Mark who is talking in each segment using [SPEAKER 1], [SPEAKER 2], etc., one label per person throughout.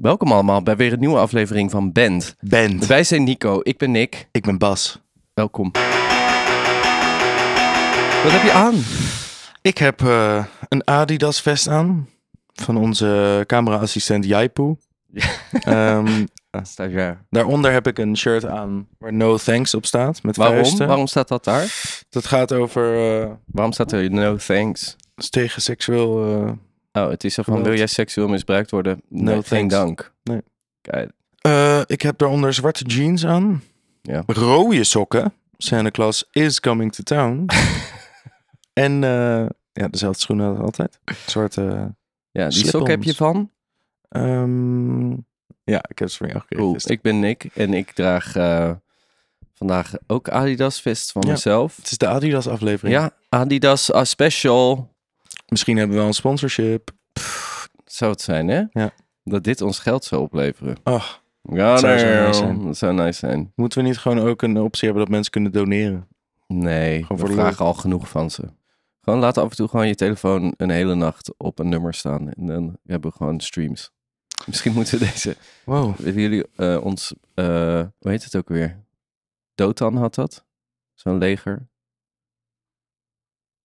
[SPEAKER 1] Welkom allemaal bij weer een nieuwe aflevering van Band.
[SPEAKER 2] Band.
[SPEAKER 1] Wij zijn Nico, ik ben Nick.
[SPEAKER 2] Ik ben Bas.
[SPEAKER 1] Welkom. Wat heb je aan?
[SPEAKER 2] Ik heb eh, een Adidas vest aan van onze cameraassistent Jaipu. Ehm,
[SPEAKER 1] Stagiair.
[SPEAKER 2] daaronder heb ik een shirt aan waar no thanks op staat met
[SPEAKER 1] Waarom?
[SPEAKER 2] vuisten.
[SPEAKER 1] Waarom staat dat daar?
[SPEAKER 2] Dat gaat over eh,
[SPEAKER 1] Waarom staat er no thanks?
[SPEAKER 2] is tegen seksueel... eh,
[SPEAKER 1] Oh, het is zo van,
[SPEAKER 2] Geweld.
[SPEAKER 1] wil jij seksueel misbruikt worden? Nee, geen
[SPEAKER 2] thanks.
[SPEAKER 1] dank.
[SPEAKER 2] Nee.
[SPEAKER 1] Kijk,
[SPEAKER 2] eh, ik heb daaronder zwarte jeans aan.
[SPEAKER 1] Ja.
[SPEAKER 2] Rode sokken. Santa Claus is coming to town. en eh, ja, dezelfde schoenen als altijd. Zwarte...
[SPEAKER 1] ja, die
[SPEAKER 2] Slip-ons.
[SPEAKER 1] sok heb je van?
[SPEAKER 2] ehm, ja, ik heb ze van jou gekregen.
[SPEAKER 1] Cool.
[SPEAKER 2] gisteren.
[SPEAKER 1] Ik ben Nick en ik draag eh, vandaag ook Adidas vest van
[SPEAKER 2] Ja.
[SPEAKER 1] mezelf.
[SPEAKER 2] Het is de Adidas aflevering.
[SPEAKER 1] Ja, Adidas A Special.
[SPEAKER 2] Misschien hebben we wel een sponsorship.
[SPEAKER 1] Zou het zijn, hè?
[SPEAKER 2] Ja.
[SPEAKER 1] Dat dit ons geld zou opleveren.
[SPEAKER 2] Ach,
[SPEAKER 1] Ja,
[SPEAKER 2] Dat zou zo
[SPEAKER 1] nee,
[SPEAKER 2] nice zijn.
[SPEAKER 1] Dat zou nice zijn.
[SPEAKER 2] moeten we niet gewoon ook een optie hebben dat mensen kunnen doneren?
[SPEAKER 1] Nee,
[SPEAKER 2] Gewoon
[SPEAKER 1] we
[SPEAKER 2] voor de
[SPEAKER 1] vragen al genoeg van ze. Gewoon laat af en toe gewoon je telefoon een hele nacht op een nummer staan. En dan hebben we gewoon streams. Misschien moeten we deze...
[SPEAKER 2] Wow.
[SPEAKER 1] Willen jullie eh, ons... eh, hoe heet het ook weer? Dotan had dat? Zo'n leger.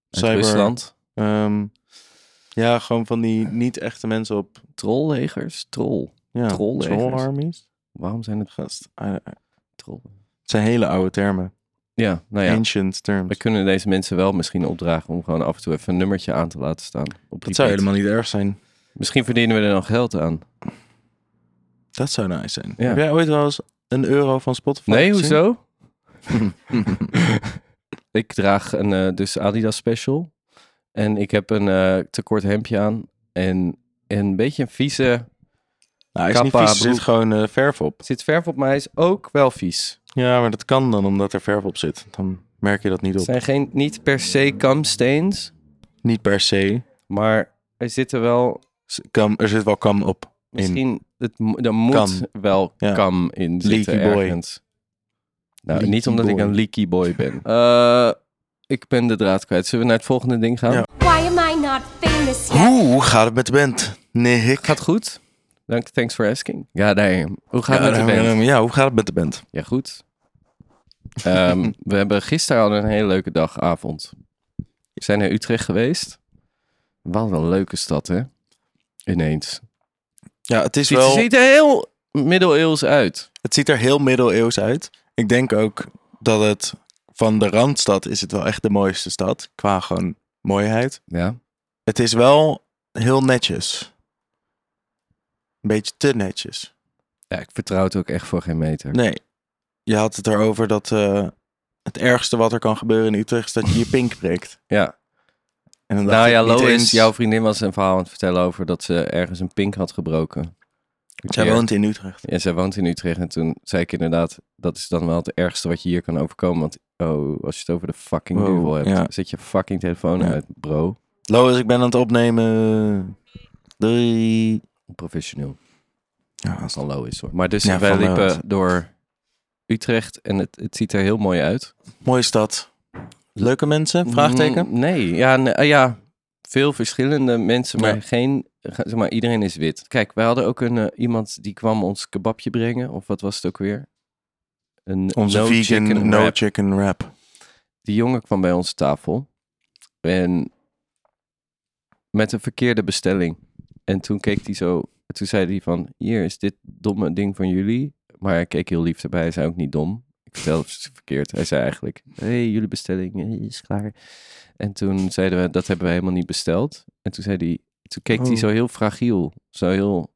[SPEAKER 1] Uit
[SPEAKER 2] Cyber-
[SPEAKER 1] Rusland.
[SPEAKER 2] Ehm, ja, gewoon van die niet echte mensen op.
[SPEAKER 1] Trolllegers? Troll.
[SPEAKER 2] Ja,
[SPEAKER 1] Trollegers.
[SPEAKER 2] trollarmies.
[SPEAKER 1] Waarom zijn het
[SPEAKER 2] Gast. I- I-
[SPEAKER 1] troll?
[SPEAKER 2] Het zijn hele oude termen.
[SPEAKER 1] Ja,
[SPEAKER 2] Ah,
[SPEAKER 1] nou ja.
[SPEAKER 2] Ancient terms.
[SPEAKER 1] We kunnen deze mensen wel misschien opdragen om gewoon af en toe even een nummertje aan te laten staan. Op
[SPEAKER 2] dat zou
[SPEAKER 1] repeat.
[SPEAKER 2] helemaal niet erg zijn.
[SPEAKER 1] Misschien verdienen we er nog geld aan.
[SPEAKER 2] Dat zou nice zijn.
[SPEAKER 1] Ja.
[SPEAKER 2] Heb jij ooit wel eens een euro van Spotify
[SPEAKER 1] Nee,
[SPEAKER 2] gezien?
[SPEAKER 1] hoezo? ik draag een eh, dus Adidas Special. En ik heb een eh, te kort hemdje aan. En een beetje een vieze...
[SPEAKER 2] Nou, hij is niet
[SPEAKER 1] Kappa
[SPEAKER 2] vies, er zit
[SPEAKER 1] broek.
[SPEAKER 2] gewoon eh, verf op.
[SPEAKER 1] Zit verf op mij, is ook wel vies.
[SPEAKER 2] Ja, maar dat kan dan omdat er verf op zit. Dan merk je dat niet
[SPEAKER 1] Het
[SPEAKER 2] op.
[SPEAKER 1] zijn geen, niet per se kamsteens.
[SPEAKER 2] Niet per se.
[SPEAKER 1] Maar er zitten wel...
[SPEAKER 2] S- Kam, er zit wel kam op. In.
[SPEAKER 1] Misschien... Het, mo- er moet wel
[SPEAKER 2] Ja.
[SPEAKER 1] kam in zitten
[SPEAKER 2] Leaky boy.
[SPEAKER 1] ergens. Nou,
[SPEAKER 2] Leaky
[SPEAKER 1] niet omdat ik
[SPEAKER 2] boy.
[SPEAKER 1] een leaky boy ben. Eh, ik ben de draad kwijt. Zullen we naar het volgende ding gaan?
[SPEAKER 2] Ja.
[SPEAKER 3] Why am I not famous yet?
[SPEAKER 2] Hoe gaat het met de band? Nee, ik.
[SPEAKER 1] Gaat goed? Dank, thanks for asking. Ja, nee. Hoe gaat
[SPEAKER 2] Ja,
[SPEAKER 1] het met de
[SPEAKER 2] dan-
[SPEAKER 1] band?
[SPEAKER 2] Ja, hoe gaat het met de band?
[SPEAKER 1] Ja, goed. Ehm, we hebben gisteren al een hele leuke dagavond. We zijn naar Utrecht geweest. Wat een leuke stad, hè? Ineens.
[SPEAKER 2] Ja, het is
[SPEAKER 1] Het
[SPEAKER 2] wel.
[SPEAKER 1] ziet er heel middeleeuws uit.
[SPEAKER 2] Het ziet er heel middeleeuws uit. Ik denk ook dat het van de randstad is het wel echt de mooiste stad qua gewoon mooiheid.
[SPEAKER 1] Ja.
[SPEAKER 2] Het is wel heel netjes. Een beetje te netjes.
[SPEAKER 1] ja, ik vertrouw het ook echt voor geen meter.
[SPEAKER 2] Nee, je had het erover dat eh, het ergste wat er kan gebeuren in Utrecht is dat je je pink breekt.
[SPEAKER 1] Ja.
[SPEAKER 2] En dan dacht
[SPEAKER 1] Nou ja,
[SPEAKER 2] ik niet
[SPEAKER 1] Lois,
[SPEAKER 2] eens-
[SPEAKER 1] jouw vriendin was een verhaal aan het vertellen over dat ze ergens een pink had gebroken.
[SPEAKER 2] Zij
[SPEAKER 1] Ja.
[SPEAKER 2] woont in Utrecht.
[SPEAKER 1] Ja, zij woont in Utrecht en toen zei ik inderdaad, dat is dan wel het ergste wat je hier kan overkomen. Want oh, als je het over de fucking
[SPEAKER 2] Wow,
[SPEAKER 1] duivel hebt,
[SPEAKER 2] ja.
[SPEAKER 1] zet je fucking telefoon
[SPEAKER 2] Ja.
[SPEAKER 1] uit, bro.
[SPEAKER 2] Lois, ik ben aan het opnemen. Doei.
[SPEAKER 1] Professioneel.
[SPEAKER 2] Ja, dat is
[SPEAKER 1] Van Lois hoor. Maar dus
[SPEAKER 2] Ja,
[SPEAKER 1] wij
[SPEAKER 2] van
[SPEAKER 1] liepen
[SPEAKER 2] Lois.
[SPEAKER 1] door Utrecht en het, het ziet er heel mooi uit.
[SPEAKER 2] Mooie stad. Leuke mensen? Vraagteken?
[SPEAKER 1] Mm, nee, ja, nee, eh, ja, veel verschillende mensen, maar
[SPEAKER 2] Ja.
[SPEAKER 1] geen, eh, zeg maar, iedereen is wit. Kijk, wij hadden ook een, eh, iemand die kwam ons kebabje brengen, of wat was het ook weer? Een
[SPEAKER 2] Onze
[SPEAKER 1] no
[SPEAKER 2] vegan
[SPEAKER 1] chicken
[SPEAKER 2] no
[SPEAKER 1] wrap.
[SPEAKER 2] chicken wrap. Oh,
[SPEAKER 1] die jongen kwam bij onze tafel. En met een verkeerde bestelling. En toen keek hij zo. Toen zei hij van, hier is dit domme ding van jullie. Maar hij keek heel lief erbij. Hij zei ook niet dom. Ik vertelde het verkeerd. Hij zei eigenlijk, hé, hey, jullie bestelling eh, is klaar. En toen zeiden we, dat hebben we helemaal niet besteld. En toen zei hij, toen keek hij
[SPEAKER 2] Oh.
[SPEAKER 1] zo heel fragiel. Zo heel,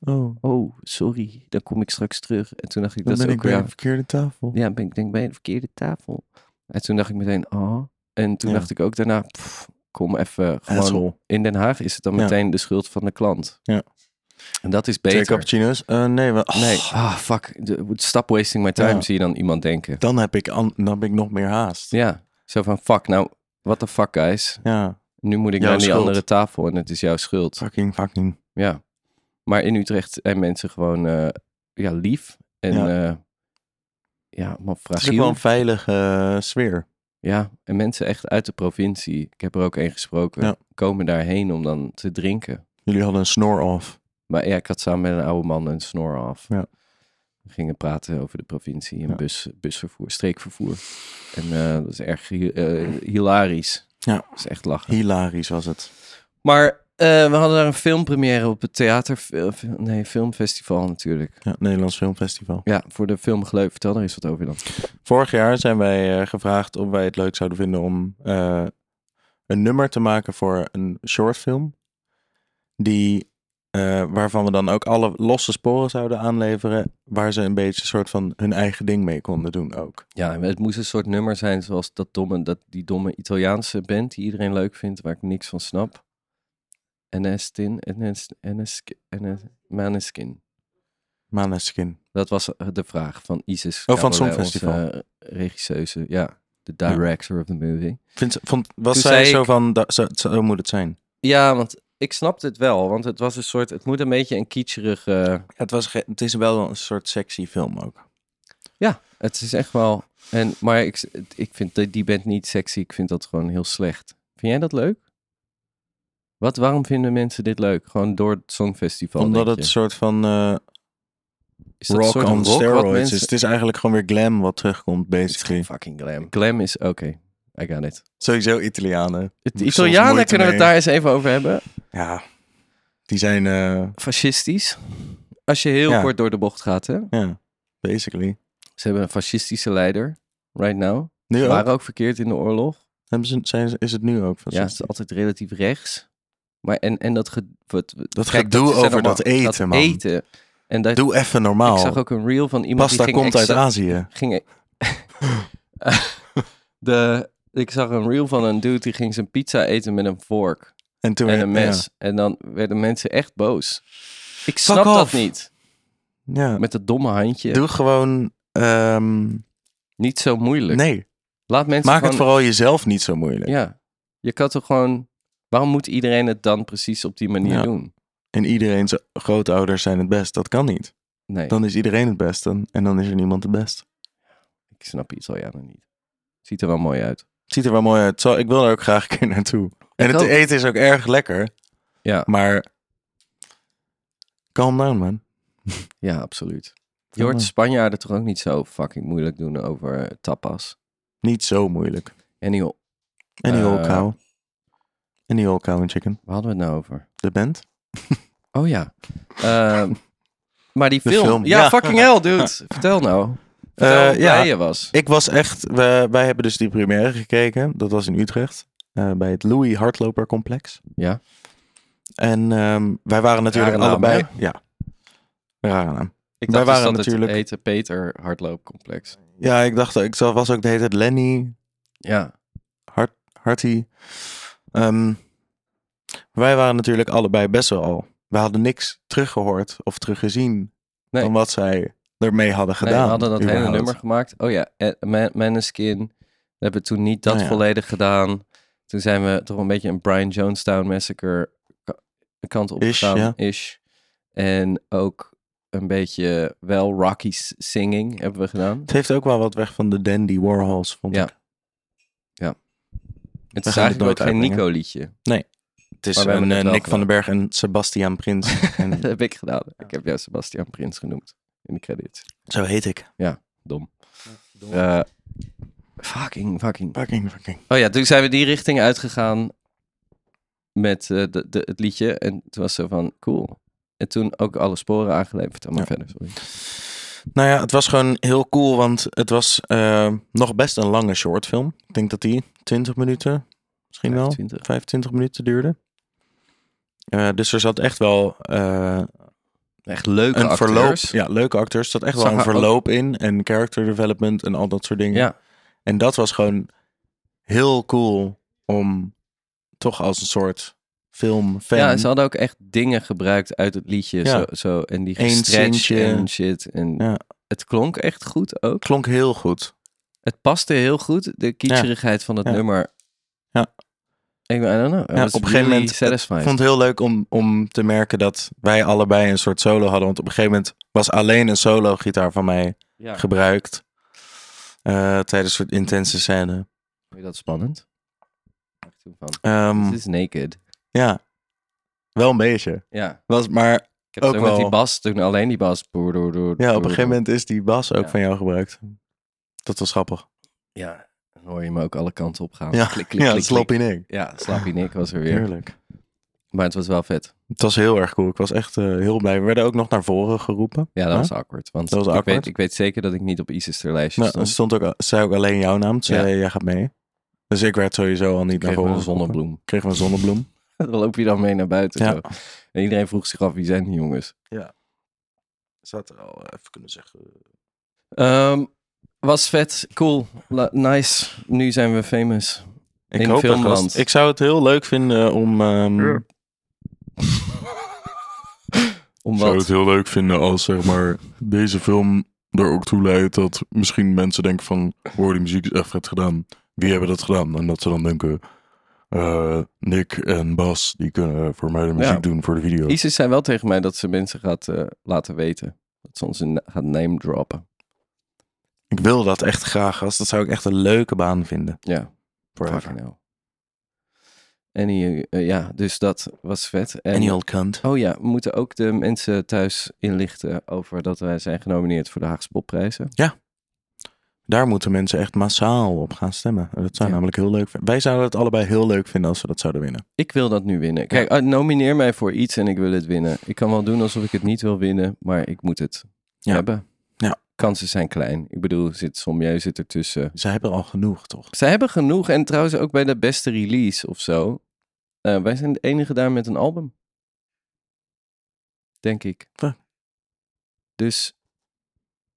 [SPEAKER 2] Oh,
[SPEAKER 1] oh, sorry, dan kom ik straks terug. En toen dacht ik,
[SPEAKER 2] dan
[SPEAKER 1] dat is
[SPEAKER 2] ben
[SPEAKER 1] ook
[SPEAKER 2] ik weer
[SPEAKER 1] raar.
[SPEAKER 2] aan de verkeerde tafel.
[SPEAKER 1] Ja, ben ik denk bij de verkeerde tafel. En toen dacht ik meteen, ah. En toen
[SPEAKER 2] Ja.
[SPEAKER 1] dacht ik ook daarna, pff, kom even gewoon.
[SPEAKER 2] Asshole.
[SPEAKER 1] In Den Haag is het dan
[SPEAKER 2] Ja.
[SPEAKER 1] meteen de schuld van de klant.
[SPEAKER 2] Ja.
[SPEAKER 1] En dat is
[SPEAKER 2] Twee
[SPEAKER 1] beter.
[SPEAKER 2] cappuccino's? Eh, nee, we, oh,
[SPEAKER 1] Nee, ah fuck, de- stop wasting my time,
[SPEAKER 2] Ja.
[SPEAKER 1] zie je dan iemand denken.
[SPEAKER 2] dan, heb ik an- dan heb ik nog meer haast. Ja,
[SPEAKER 1] Ja, zo van fuck, nou, what the fuck guys. Nu moet ik
[SPEAKER 2] Jouw
[SPEAKER 1] naar die
[SPEAKER 2] schuld.
[SPEAKER 1] andere tafel en het is jouw schuld.
[SPEAKER 2] fucking, fucking.
[SPEAKER 1] Ja. Maar in Utrecht zijn mensen gewoon eh, ja, lief en
[SPEAKER 2] Ja.
[SPEAKER 1] ja, ja maar
[SPEAKER 2] Het is ook wel
[SPEAKER 1] fragiel.
[SPEAKER 2] een veilige eh, sfeer.
[SPEAKER 1] Ja, en mensen echt uit de provincie, ik heb er ook één gesproken,
[SPEAKER 2] Ja.
[SPEAKER 1] komen daarheen om dan te drinken.
[SPEAKER 2] Jullie hadden een snor off.
[SPEAKER 1] Maar ja, ik had samen met een oude man een snor af.
[SPEAKER 2] Ja.
[SPEAKER 1] We gingen praten over de provincie en
[SPEAKER 2] Ja.
[SPEAKER 1] bus, busvervoer, streekvervoer. En eh, dat is erg hi- eh, hilarisch.
[SPEAKER 2] Ja.
[SPEAKER 1] Dat is echt lachen.
[SPEAKER 2] Hilarisch was het.
[SPEAKER 1] Maar eh, we hadden daar een filmpremière op het theater... eh, Nee, filmfestival natuurlijk.
[SPEAKER 2] Ja, Nederlands Filmfestival.
[SPEAKER 1] Ja, voor de film Gleuf. Vertel daar eens wat over dan.
[SPEAKER 2] Vorig jaar zijn wij eh, gevraagd of wij het leuk zouden vinden om eh, een nummer te maken voor een shortfilm. Die, eh, waarvan we dan ook alle losse sporen zouden aanleveren. Waar ze een beetje een soort van hun eigen ding mee konden doen ook.
[SPEAKER 1] Ja, en het moest een soort nummer zijn zoals dat domme, dat, die domme Italiaanse band die iedereen leuk vindt, waar ik niks van snap. Enestin, Enes, Enes, Enes, Maneskin.
[SPEAKER 2] Maneskin.
[SPEAKER 1] Dat was eh, de vraag van Isis.
[SPEAKER 2] Oh, van het
[SPEAKER 1] Songfestival.
[SPEAKER 2] Songfestival. regisseuse.
[SPEAKER 1] regisseuse, ja. De director of the movie.
[SPEAKER 2] Vindt, vond, was
[SPEAKER 1] Toen
[SPEAKER 2] zij
[SPEAKER 1] zei
[SPEAKER 2] zo
[SPEAKER 1] ik-
[SPEAKER 2] van, da- zo, zo moet het zijn?
[SPEAKER 1] Ja, want ik snapte het wel, want het was een soort, het moet een beetje een kitscherig... eh,
[SPEAKER 2] Het, was het is wel een soort sexy film ook.
[SPEAKER 1] het is echt wel... En, maar ik, ik vind die- die band niet sexy, ik vind dat gewoon heel slecht. Vind jij dat leuk? Wat, waarom vinden mensen dit leuk? Gewoon door het Songfestival,
[SPEAKER 2] Omdat
[SPEAKER 1] denk
[SPEAKER 2] het een
[SPEAKER 1] je?
[SPEAKER 2] soort van eh,
[SPEAKER 1] Is dat een
[SPEAKER 2] rock
[SPEAKER 1] soort
[SPEAKER 2] on
[SPEAKER 1] wat
[SPEAKER 2] steroids
[SPEAKER 1] mensen-
[SPEAKER 2] is. Het is eigenlijk gewoon weer glam wat terugkomt,
[SPEAKER 1] Het is geen
[SPEAKER 2] basically.
[SPEAKER 1] fucking glam. Glam is... Oké, I got it.
[SPEAKER 2] Sowieso Italianen.
[SPEAKER 1] Het
[SPEAKER 2] Soms
[SPEAKER 1] Italianen
[SPEAKER 2] moeite
[SPEAKER 1] kunnen we het
[SPEAKER 2] mee.
[SPEAKER 1] daar eens even over hebben.
[SPEAKER 2] Ja, die zijn, eh,
[SPEAKER 1] Fascistisch. Als je heel
[SPEAKER 2] Ja.
[SPEAKER 1] kort door de bocht gaat, hè.
[SPEAKER 2] ja, basically.
[SPEAKER 1] Ze hebben een fascistische leider, right now.
[SPEAKER 2] Nu
[SPEAKER 1] Ze
[SPEAKER 2] ook?
[SPEAKER 1] waren ook verkeerd in de oorlog.
[SPEAKER 2] Hebben ze, zijn, ze- is het nu ook?
[SPEAKER 1] Ja, het is altijd relatief rechts. Maar en, en dat... Ge, wat,
[SPEAKER 2] Dat
[SPEAKER 1] kijk,
[SPEAKER 2] gedoe
[SPEAKER 1] zijn
[SPEAKER 2] over
[SPEAKER 1] allemaal-
[SPEAKER 2] dat eten, man.
[SPEAKER 1] eten. En dat,
[SPEAKER 2] Doe even
[SPEAKER 1] ik
[SPEAKER 2] normaal.
[SPEAKER 1] zag ook een reel van iemand
[SPEAKER 2] Pasta
[SPEAKER 1] die ging
[SPEAKER 2] komt uit
[SPEAKER 1] exa-
[SPEAKER 2] Azië.
[SPEAKER 1] ging. e- de, ik zag een reel van een dude die ging zijn pizza eten met een vork
[SPEAKER 2] En toen
[SPEAKER 1] en een
[SPEAKER 2] ja.
[SPEAKER 1] mes. En dan werden mensen echt boos. Ik
[SPEAKER 2] Fuck
[SPEAKER 1] snap dat
[SPEAKER 2] off.
[SPEAKER 1] niet.
[SPEAKER 2] Ja.
[SPEAKER 1] Met dat domme handje.
[SPEAKER 2] Doe gewoon... ehm,
[SPEAKER 1] Niet zo moeilijk.
[SPEAKER 2] nee,
[SPEAKER 1] Laat mensen
[SPEAKER 2] maak het
[SPEAKER 1] gewoon-
[SPEAKER 2] vooral jezelf niet zo moeilijk.
[SPEAKER 1] Ja. Je kan toch gewoon... Waarom moet iedereen het dan precies op die manier
[SPEAKER 2] Ja.
[SPEAKER 1] doen?
[SPEAKER 2] En iedereen zijn grootouders zijn het best. Dat kan niet.
[SPEAKER 1] Nee,
[SPEAKER 2] Dan is iedereen het best en, en dan is er niemand het best.
[SPEAKER 1] ik snap Italianen niet. Ziet er wel mooi uit.
[SPEAKER 2] Het ziet er wel mooi uit. Zo, ik wil er ook graag een keer naartoe. En
[SPEAKER 1] Ik
[SPEAKER 2] het
[SPEAKER 1] ook.
[SPEAKER 2] eten is ook erg lekker.
[SPEAKER 1] Ja,
[SPEAKER 2] Maar calm down, man.
[SPEAKER 1] ja absoluut. Je hoort
[SPEAKER 2] down.
[SPEAKER 1] Spanjaarden toch ook niet zo fucking moeilijk doen over eh, tapas.
[SPEAKER 2] Niet zo moeilijk.
[SPEAKER 1] En die
[SPEAKER 2] En die
[SPEAKER 1] Eh,
[SPEAKER 2] whole cow. En die whole cow and chicken.
[SPEAKER 1] Waar hadden we het nou over?
[SPEAKER 2] De band.
[SPEAKER 1] Oh ja. Ehm, maar die
[SPEAKER 2] De
[SPEAKER 1] film.
[SPEAKER 2] film,
[SPEAKER 1] Ja,
[SPEAKER 2] ja.
[SPEAKER 1] fucking hell, dude. Vertel nou. Vertel
[SPEAKER 2] Eh,
[SPEAKER 1] hoe
[SPEAKER 2] ja.
[SPEAKER 1] blij je was.
[SPEAKER 2] Ik was echt... We, wij hebben dus die première gekeken. Dat was in Utrecht. eh, bij het Louis Hardloper Complex.
[SPEAKER 1] Ja.
[SPEAKER 2] En ehm, wij waren natuurlijk
[SPEAKER 1] Rare naam,
[SPEAKER 2] allebei... ja. Rare naam.
[SPEAKER 1] Ik dacht
[SPEAKER 2] Wij
[SPEAKER 1] dus
[SPEAKER 2] waren
[SPEAKER 1] dat
[SPEAKER 2] natuurlijk-
[SPEAKER 1] het eten Peter hardloopcomplex.
[SPEAKER 2] Ja, ik dacht... Ik zag- was ook de hele tijd Lenny.
[SPEAKER 1] Ja.
[SPEAKER 2] Harty. Ehm, wij waren natuurlijk allebei best wel al. We hadden niks teruggehoord of teruggezien
[SPEAKER 1] Nee.
[SPEAKER 2] van wat zij ermee hadden
[SPEAKER 1] Nee,
[SPEAKER 2] gedaan.
[SPEAKER 1] we hadden dat hele
[SPEAKER 2] überhaupt.
[SPEAKER 1] nummer gemaakt. Oh ja, eh, Man- Maneskin. We hebben toen niet dat
[SPEAKER 2] Nou ja.
[SPEAKER 1] volledig gedaan. Toen zijn we toch een beetje een Brian Jonestown Massacre ka- kant op
[SPEAKER 2] Ish,
[SPEAKER 1] gegaan.
[SPEAKER 2] ja.
[SPEAKER 1] Ish. En ook een beetje wel Rocky's singing hebben we gedaan.
[SPEAKER 2] Het heeft ook wel wat weg van de Dandy Warhols, vond
[SPEAKER 1] Ja.
[SPEAKER 2] ik.
[SPEAKER 1] Het
[SPEAKER 2] We
[SPEAKER 1] is
[SPEAKER 2] gaan
[SPEAKER 1] eigenlijk ook
[SPEAKER 2] het nooit
[SPEAKER 1] geen
[SPEAKER 2] uitbrengen.
[SPEAKER 1] Nico-liedje.
[SPEAKER 2] Het is
[SPEAKER 1] Maar we hebben
[SPEAKER 2] een
[SPEAKER 1] het
[SPEAKER 2] eh,
[SPEAKER 1] wel
[SPEAKER 2] Nick van
[SPEAKER 1] gedaan.
[SPEAKER 2] den Berg en Sebastian Prins. en
[SPEAKER 1] Dat heb ik gedaan. Ik heb jou Sebastian Prins genoemd in de credits.
[SPEAKER 2] zo heet ik.
[SPEAKER 1] Dom. Eh, fucking, fucking.
[SPEAKER 2] Fucking, fucking.
[SPEAKER 1] Oh ja, toen zijn we die richting uitgegaan met eh, de, de, het liedje. En toen was zo van, cool. En toen ook alle sporen aangeleverd. Oh, Maar
[SPEAKER 2] Ja.
[SPEAKER 1] verder, sorry.
[SPEAKER 2] Nou ja, het was gewoon heel cool, want het was eh, nog best een lange shortfilm. Ik denk dat die 20 minuten, misschien wel.
[SPEAKER 1] 25.
[SPEAKER 2] 25 minuten duurde. Eh, dus er zat echt wel eh,
[SPEAKER 1] Echt leuke
[SPEAKER 2] een
[SPEAKER 1] acteurs.
[SPEAKER 2] verloop. Ja, leuke acteurs. Er zat echt
[SPEAKER 1] Zag
[SPEAKER 2] wel een
[SPEAKER 1] er ook-
[SPEAKER 2] verloop in. En character development en al dat soort dingen.
[SPEAKER 1] Ja.
[SPEAKER 2] En dat was gewoon heel cool om toch als een soort filmfan.
[SPEAKER 1] Ja, en ze hadden ook echt dingen gebruikt uit het liedje.
[SPEAKER 2] Ja.
[SPEAKER 1] Zo, zo, en die
[SPEAKER 2] Eén
[SPEAKER 1] gestretched
[SPEAKER 2] zinnetje.
[SPEAKER 1] en shit. En
[SPEAKER 2] Ja.
[SPEAKER 1] het klonk echt goed ook.
[SPEAKER 2] Klonk heel goed.
[SPEAKER 1] Het paste heel goed, de kitcherigheid van het
[SPEAKER 2] Ja.
[SPEAKER 1] nummer.
[SPEAKER 2] Ja.
[SPEAKER 1] Ik I don't know.
[SPEAKER 2] Ja, op een gegeven moment
[SPEAKER 1] satisfying.
[SPEAKER 2] Ik vond het heel leuk om, om te merken dat wij allebei een soort solo hadden. Want op een gegeven moment was alleen een solo gitaar van mij
[SPEAKER 1] ja.
[SPEAKER 2] gebruikt. eh, tijdens een soort intense scène.
[SPEAKER 1] Vond je dat spannend? Echt zo van,
[SPEAKER 2] Ehm,
[SPEAKER 1] This is naked.
[SPEAKER 2] ja, wel een beetje.
[SPEAKER 1] Ja.
[SPEAKER 2] Was, maar
[SPEAKER 1] Ik heb
[SPEAKER 2] Ook
[SPEAKER 1] zo met die
[SPEAKER 2] wel.
[SPEAKER 1] bas, toen alleen die bas. Boer, door, door,
[SPEAKER 2] Ja, op
[SPEAKER 1] door,
[SPEAKER 2] een gegeven
[SPEAKER 1] door.
[SPEAKER 2] moment is die bas ook
[SPEAKER 1] Ja.
[SPEAKER 2] van jou gebruikt. Dat was grappig.
[SPEAKER 1] Ja, dan hoor je me ook alle kanten op gaan.
[SPEAKER 2] Ja,
[SPEAKER 1] klik, klik,
[SPEAKER 2] Ja,
[SPEAKER 1] klik,
[SPEAKER 2] sloppy Nick.
[SPEAKER 1] klik. Ja, Slappy Nick was er weer.
[SPEAKER 2] Heerlijk.
[SPEAKER 1] Maar het was wel vet.
[SPEAKER 2] Het was heel erg cool. Ik was echt eh, heel blij. We werden ook nog naar voren geroepen.
[SPEAKER 1] Ja, dat
[SPEAKER 2] Huh?
[SPEAKER 1] was awkward. Want
[SPEAKER 2] Dat was
[SPEAKER 1] ik,
[SPEAKER 2] awkward.
[SPEAKER 1] Weet, ik weet zeker dat ik niet op Isister lijstje
[SPEAKER 2] Nou, er
[SPEAKER 1] stond.
[SPEAKER 2] stond ook, zei ook alleen jouw naam. Toen
[SPEAKER 1] Ja.
[SPEAKER 2] zei, jij gaat mee. Dus ik werd sowieso al niet
[SPEAKER 1] Ik
[SPEAKER 2] naar
[SPEAKER 1] kreeg me
[SPEAKER 2] voren
[SPEAKER 1] een
[SPEAKER 2] geroepen.
[SPEAKER 1] zonnebloem.
[SPEAKER 2] Kreeg we een zonnebloem.
[SPEAKER 1] dan loop je dan mee naar buiten.
[SPEAKER 2] Ja.
[SPEAKER 1] zo. En iedereen vroeg zich af, wie zijn die jongens?
[SPEAKER 2] Ze had er al eh, even kunnen zeggen.
[SPEAKER 1] Ehm, was vet, cool, la- nice. Nu zijn we famous.
[SPEAKER 2] Ik
[SPEAKER 1] In
[SPEAKER 2] hoop dat
[SPEAKER 1] filmland.
[SPEAKER 2] gast- Ik zou het heel leuk vinden om... ehm,
[SPEAKER 1] Ja. Om
[SPEAKER 2] Ik zou het
[SPEAKER 1] wat?
[SPEAKER 2] heel leuk vinden als zeg maar deze film er ook toe leidt dat misschien mensen denken van wow, die muziek is echt vet gedaan. Wie hebben dat gedaan? En dat ze dan denken eh, Nick en Bas die kunnen voor mij de muziek
[SPEAKER 1] Ja.
[SPEAKER 2] doen voor de video.
[SPEAKER 1] Isis zei wel tegen mij dat ze mensen gaat eh, laten weten. Dat ze ons een, gaat name droppen.
[SPEAKER 2] Ik wil dat echt graag, als dat zou ik echt een leuke baan vinden.
[SPEAKER 1] Ja,
[SPEAKER 2] Forever.
[SPEAKER 1] fucking hell. En die, eh, ja, dus dat was vet. En,
[SPEAKER 2] En die old cunt.
[SPEAKER 1] Oh ja, we moeten ook de mensen thuis inlichten over dat wij zijn genomineerd voor de Haagse Popprijzen.
[SPEAKER 2] Daar moeten mensen echt massaal op gaan stemmen. En Dat zou
[SPEAKER 1] Ja.
[SPEAKER 2] namelijk heel leuk vinden. Wij zouden het allebei heel leuk vinden als we dat zouden winnen.
[SPEAKER 1] Ik wil dat nu winnen. Kijk, ah, nomineer mij voor iets en ik wil het winnen. Ik kan wel doen alsof ik het niet wil winnen, maar ik moet het
[SPEAKER 2] Ja.
[SPEAKER 1] hebben.
[SPEAKER 2] Ja.
[SPEAKER 1] Kansen zijn klein. Ik bedoel, zit Sommieu zit ertussen.
[SPEAKER 2] Zij hebben al genoeg, toch?
[SPEAKER 1] Ze hebben genoeg en trouwens ook bij de beste release of zo. Eh, wij zijn de enige daar met een album. Denk ik.
[SPEAKER 2] Ja.
[SPEAKER 1] Dus,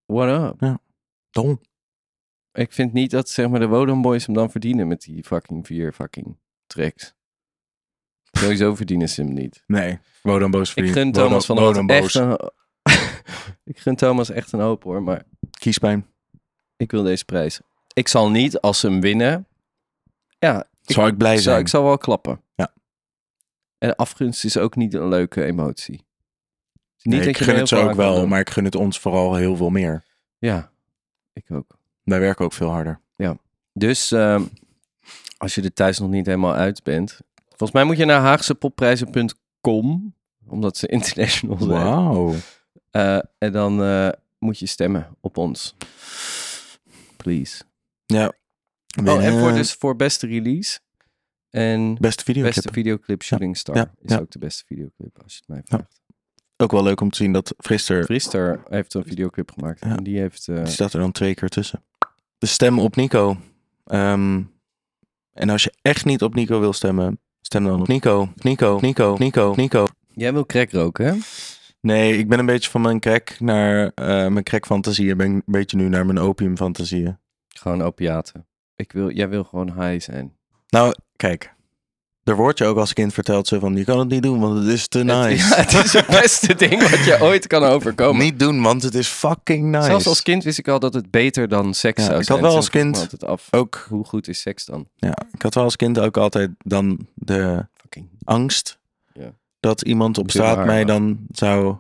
[SPEAKER 1] what up?
[SPEAKER 2] Dom.
[SPEAKER 1] Ik vind niet dat zeg maar, de Wodan Boys hem dan verdienen met die fucking vier fucking tracks. Sowieso verdienen ze hem niet.
[SPEAKER 2] Nee. Wodan Boos
[SPEAKER 1] Ik gun
[SPEAKER 2] verdient-
[SPEAKER 1] Thomas van
[SPEAKER 2] Wodan-
[SPEAKER 1] Oort
[SPEAKER 2] Wodan
[SPEAKER 1] echt
[SPEAKER 2] Boos.
[SPEAKER 1] een... ik gun Thomas echt een hoop hoor, maar
[SPEAKER 2] Kiespijn.
[SPEAKER 1] ik wil deze prijs. Ik zal niet, als ze hem winnen... Ja, ik
[SPEAKER 2] Zou ik blij zijn?
[SPEAKER 1] zal, ik zal wel klappen.
[SPEAKER 2] Ja.
[SPEAKER 1] En afgunst is ook niet een leuke emotie. Niet
[SPEAKER 2] Nee,
[SPEAKER 1] dat
[SPEAKER 2] ik
[SPEAKER 1] je er
[SPEAKER 2] gun
[SPEAKER 1] heel
[SPEAKER 2] het ze
[SPEAKER 1] veel
[SPEAKER 2] ook
[SPEAKER 1] aan kan
[SPEAKER 2] wel,
[SPEAKER 1] doen.
[SPEAKER 2] maar ik gun het ons vooral heel veel meer.
[SPEAKER 1] Ja, ik ook.
[SPEAKER 2] Wij werken ook veel harder.
[SPEAKER 1] Dus ehm, als je er thuis nog niet helemaal uit bent. Volgens mij moet je naar haagsepoprijzen.com, omdat ze international zijn.
[SPEAKER 2] Wauw.
[SPEAKER 1] Eh, en dan eh, moet je stemmen op ons. Please.
[SPEAKER 2] Ja.
[SPEAKER 1] Oh, en voor,
[SPEAKER 2] Eh,
[SPEAKER 1] dus voor beste release. En
[SPEAKER 2] Beste video.
[SPEAKER 1] beste videoclip Shooting Star
[SPEAKER 2] ja,
[SPEAKER 1] is
[SPEAKER 2] ja.
[SPEAKER 1] ook de beste videoclip, als je het mij vraagt.
[SPEAKER 2] Ook wel leuk om te zien dat Frister,
[SPEAKER 1] Frister heeft een videoclip gemaakt.
[SPEAKER 2] Ja.
[SPEAKER 1] En die heeft... eh,
[SPEAKER 2] die staat er dan twee keer tussen. De stem op Nico. Ehm, en als je echt niet op Nico wil stemmen, stem dan op Nico. Nico, Nico, Nico, Nico.
[SPEAKER 1] Jij wil crack roken, hè?
[SPEAKER 2] Nee, ik ben een beetje van mijn crack naar eh, mijn crackfantasieën. Ben ik een beetje nu naar mijn opiumfantasieën.
[SPEAKER 1] Gewoon opiaten. Ik wil, jij wil gewoon high zijn.
[SPEAKER 2] Nou, kijk. Er wordt je ook als kind verteld zo van, je kan het niet doen, want het is te nice.
[SPEAKER 1] Het, ja, het is het beste ding wat je ooit kan overkomen.
[SPEAKER 2] Niet doen, want het is fucking nice.
[SPEAKER 1] Oh, Zelfs als kind wist ik al dat het beter dan seks
[SPEAKER 2] Ja,
[SPEAKER 1] zou
[SPEAKER 2] ik
[SPEAKER 1] zijn.
[SPEAKER 2] had wel
[SPEAKER 1] Zo
[SPEAKER 2] als
[SPEAKER 1] vroeg ik me
[SPEAKER 2] kind
[SPEAKER 1] altijd af,
[SPEAKER 2] ook,
[SPEAKER 1] hoe goed is seks dan?
[SPEAKER 2] ja, ik had wel als kind ook altijd dan de
[SPEAKER 1] Fucking.
[SPEAKER 2] angst
[SPEAKER 1] Ja.
[SPEAKER 2] dat iemand op
[SPEAKER 1] Dit
[SPEAKER 2] straat
[SPEAKER 1] haar,
[SPEAKER 2] mij
[SPEAKER 1] ja.
[SPEAKER 2] dan zou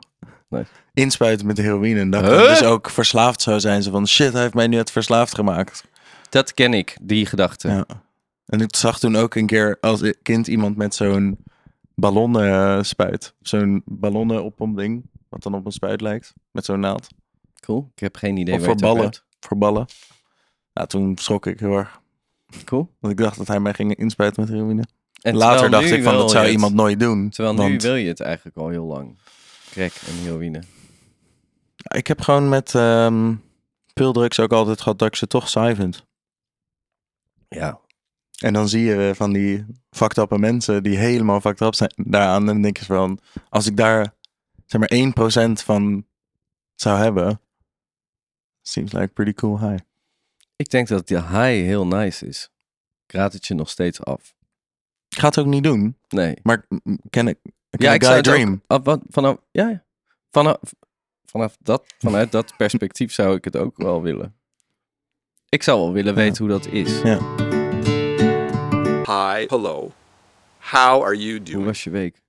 [SPEAKER 1] Nee.
[SPEAKER 2] inspuiten met heroïne. En dat ik
[SPEAKER 1] Huh?
[SPEAKER 2] dan dus ook verslaafd zou zijn. Zo van, shit, hij heeft mij net verslaafd gemaakt.
[SPEAKER 1] Dat ken ik, die gedachte.
[SPEAKER 2] Ja. En ik zag toen ook een keer als kind iemand met zo'n ballonnen eh, spuit. Zo'n ballonnen op een ding, wat dan op een spuit lijkt. Met zo'n naald.
[SPEAKER 1] Cool. Ik heb geen idee
[SPEAKER 2] Of
[SPEAKER 1] waar je
[SPEAKER 2] voor
[SPEAKER 1] het over
[SPEAKER 2] ballen.
[SPEAKER 1] hebt.
[SPEAKER 2] Voor ballen. Nou, toen schrok ik heel erg.
[SPEAKER 1] Cool.
[SPEAKER 2] Want ik dacht dat hij mij ging inspuiten met heroïne.
[SPEAKER 1] En
[SPEAKER 2] Later
[SPEAKER 1] terwijl
[SPEAKER 2] dacht
[SPEAKER 1] nu
[SPEAKER 2] ik van,
[SPEAKER 1] wil
[SPEAKER 2] dat
[SPEAKER 1] je
[SPEAKER 2] zou
[SPEAKER 1] het.
[SPEAKER 2] iemand nooit doen.
[SPEAKER 1] Terwijl nu
[SPEAKER 2] want
[SPEAKER 1] wil je het eigenlijk al heel lang. Crack en heroïne.
[SPEAKER 2] ik heb gewoon met ehm drugs ook altijd gehad dat ik ze toch saai vind.
[SPEAKER 1] Ja.
[SPEAKER 2] En dan zie je eh, van die fucked up mensen die helemaal fucked up zijn daaraan. En dan denk je van, als ik daar zeg maar 1% van zou hebben, seems like pretty cool high.
[SPEAKER 1] Ik denk dat die high heel nice is. Ik raad het je nog steeds af.
[SPEAKER 2] Ik ga het ook niet doen,
[SPEAKER 1] Nee.
[SPEAKER 2] maar mm, mm, ken ik, ken
[SPEAKER 1] Ja,
[SPEAKER 2] a
[SPEAKER 1] ik
[SPEAKER 2] guy
[SPEAKER 1] zou het ook-
[SPEAKER 2] dream.
[SPEAKER 1] Ah, wat- vanaf, ja, ja. vanaf, vanaf dat, vanuit dat perspectief zou ik het ook wel willen. Ik zou wel willen weten hoe dat is.
[SPEAKER 4] Hi, hello. How are you
[SPEAKER 1] Hoe
[SPEAKER 4] doing?
[SPEAKER 1] was je week?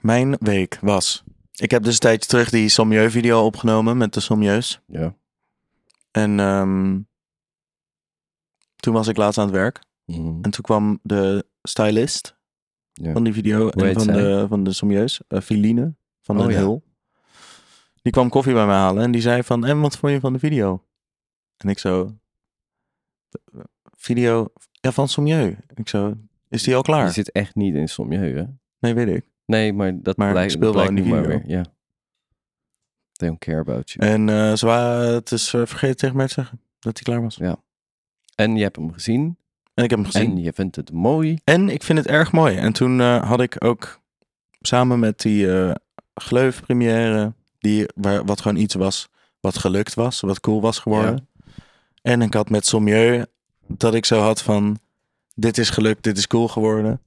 [SPEAKER 2] Mijn week was, ik heb dus een tijdje terug die Sommieu video opgenomen met de Sommieus.
[SPEAKER 1] Ja.
[SPEAKER 2] En ehm, toen was ik laatst aan het werk.
[SPEAKER 1] Mm.
[SPEAKER 2] En toen kwam de stylist
[SPEAKER 1] Ja.
[SPEAKER 2] van die video
[SPEAKER 1] Hoe
[SPEAKER 2] en
[SPEAKER 1] heet
[SPEAKER 2] van
[SPEAKER 1] zij?
[SPEAKER 2] de, van de sommeus, eh Filine. van de
[SPEAKER 1] Oh, ja.
[SPEAKER 2] Hul. Die kwam koffie bij me halen en die zei van, en wat vond je van de video? En ik zo, "De video ja, van Sommieu. Ik zo, is die al
[SPEAKER 1] Je
[SPEAKER 2] klaar?
[SPEAKER 1] zit echt niet in Sommieu, hè?
[SPEAKER 2] Nee, weet ik.
[SPEAKER 1] Nee, maar dat
[SPEAKER 2] Maar
[SPEAKER 1] blijkt,
[SPEAKER 2] ik
[SPEAKER 1] dat
[SPEAKER 2] speel
[SPEAKER 1] blijkt
[SPEAKER 2] wel in
[SPEAKER 1] nu
[SPEAKER 2] die
[SPEAKER 1] maar
[SPEAKER 2] video.
[SPEAKER 1] weer. Ja. They don't care about you.
[SPEAKER 2] En eh, ze waren, het is eh, vergeten tegen mij te zeggen dat hij klaar was.
[SPEAKER 1] En je hebt hem gezien.
[SPEAKER 2] En ik heb hem gezien.
[SPEAKER 1] En je vindt het mooi.
[SPEAKER 2] En ik vind het erg mooi. En toen eh, had ik ook samen met die eh Gleuf première, die, waar, wat gewoon iets was wat gelukt was, wat cool was geworden. En ik had met Sommieu dat ik zo had van, dit is gelukt, dit is cool geworden.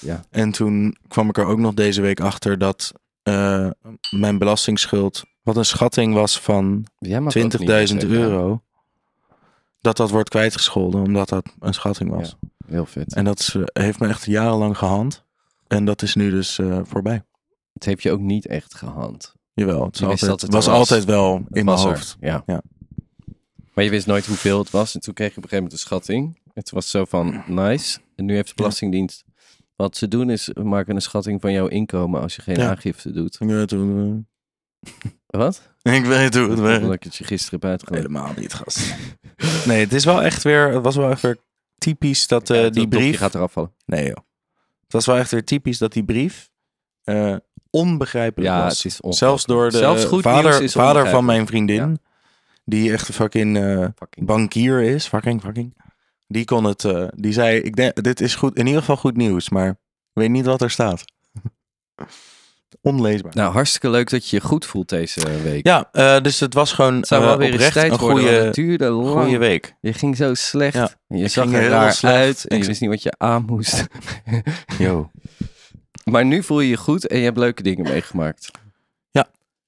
[SPEAKER 1] Ja.
[SPEAKER 2] En toen kwam ik er ook nog deze week achter dat eh, mijn belastingsschuld, wat een schatting was van
[SPEAKER 1] Jij mag ook niet
[SPEAKER 2] 20.000
[SPEAKER 1] zeggen.
[SPEAKER 2] euro, dat dat wordt kwijtgescholden omdat dat een schatting was.
[SPEAKER 1] Heel vet.
[SPEAKER 2] En dat is, eh, heeft me echt jarenlang gehand. En dat is nu dus eh, voorbij.
[SPEAKER 1] Het heeft je ook niet echt gehand.
[SPEAKER 2] Jawel, het, is
[SPEAKER 1] Je wist
[SPEAKER 2] altijd-
[SPEAKER 1] dat het
[SPEAKER 2] was,
[SPEAKER 1] er was.
[SPEAKER 2] altijd wel in mijn
[SPEAKER 1] was er,
[SPEAKER 2] hoofd.
[SPEAKER 1] Ja.
[SPEAKER 2] Ja.
[SPEAKER 1] Maar je wist nooit hoeveel het was. En toen kreeg je op een gegeven moment een schatting. Het was zo van, nice. En nu heeft de Belastingdienst... Wat ze doen is, we maken een schatting van jouw inkomen als je geen
[SPEAKER 2] Ja.
[SPEAKER 1] aangifte doet.
[SPEAKER 2] Ik weet hoe
[SPEAKER 1] Wat?
[SPEAKER 2] het, eh, ik weet hoe het
[SPEAKER 1] Omdat
[SPEAKER 2] werkt.
[SPEAKER 1] ik het je gisteren heb uitgelegd.
[SPEAKER 2] Helemaal niet, gast. Nee, het is wel echt weer, het was wel echt weer typisch dat eh,
[SPEAKER 1] Ja, het
[SPEAKER 2] die
[SPEAKER 1] dopje
[SPEAKER 2] brief...
[SPEAKER 1] gaat eraf vallen.
[SPEAKER 2] Nee joh. Het was wel echt weer typisch dat die brief eh, onbegrijpelijk
[SPEAKER 1] Ja,
[SPEAKER 2] was.
[SPEAKER 1] het is ongelooflijk.
[SPEAKER 2] Zelfs door de
[SPEAKER 1] Zelfs goed nieuws
[SPEAKER 2] vader,
[SPEAKER 1] is
[SPEAKER 2] vader van
[SPEAKER 1] onbegrijpelijk.
[SPEAKER 2] mijn vriendin,
[SPEAKER 1] Ja.
[SPEAKER 2] die echt een fucking... eh,
[SPEAKER 1] Fucking.
[SPEAKER 2] bankier is, fucking, fucking. Die kon het, eh, die zei, ik denk, dit is goed, in ieder geval goed nieuws, maar ik weet niet wat er staat. Onleesbaar.
[SPEAKER 1] Nou, hartstikke leuk dat je je goed voelt deze week.
[SPEAKER 2] Ja, eh, dus het was gewoon
[SPEAKER 1] het zou wel
[SPEAKER 2] eh,
[SPEAKER 1] weer eens
[SPEAKER 2] oprecht
[SPEAKER 1] tijd
[SPEAKER 2] een
[SPEAKER 1] worden, want het
[SPEAKER 2] goede,
[SPEAKER 1] duurde lang.
[SPEAKER 2] goede week.
[SPEAKER 1] Je ging zo slecht.
[SPEAKER 2] Ja,
[SPEAKER 1] En je
[SPEAKER 2] ik
[SPEAKER 1] zag
[SPEAKER 2] ging
[SPEAKER 1] er
[SPEAKER 2] heel
[SPEAKER 1] raar
[SPEAKER 2] slecht.
[SPEAKER 1] uit. En
[SPEAKER 2] Ik
[SPEAKER 1] je
[SPEAKER 2] z-
[SPEAKER 1] wist niet wat je aan moest.
[SPEAKER 2] Yo.
[SPEAKER 1] maar nu voel je je goed en je hebt leuke dingen meegemaakt.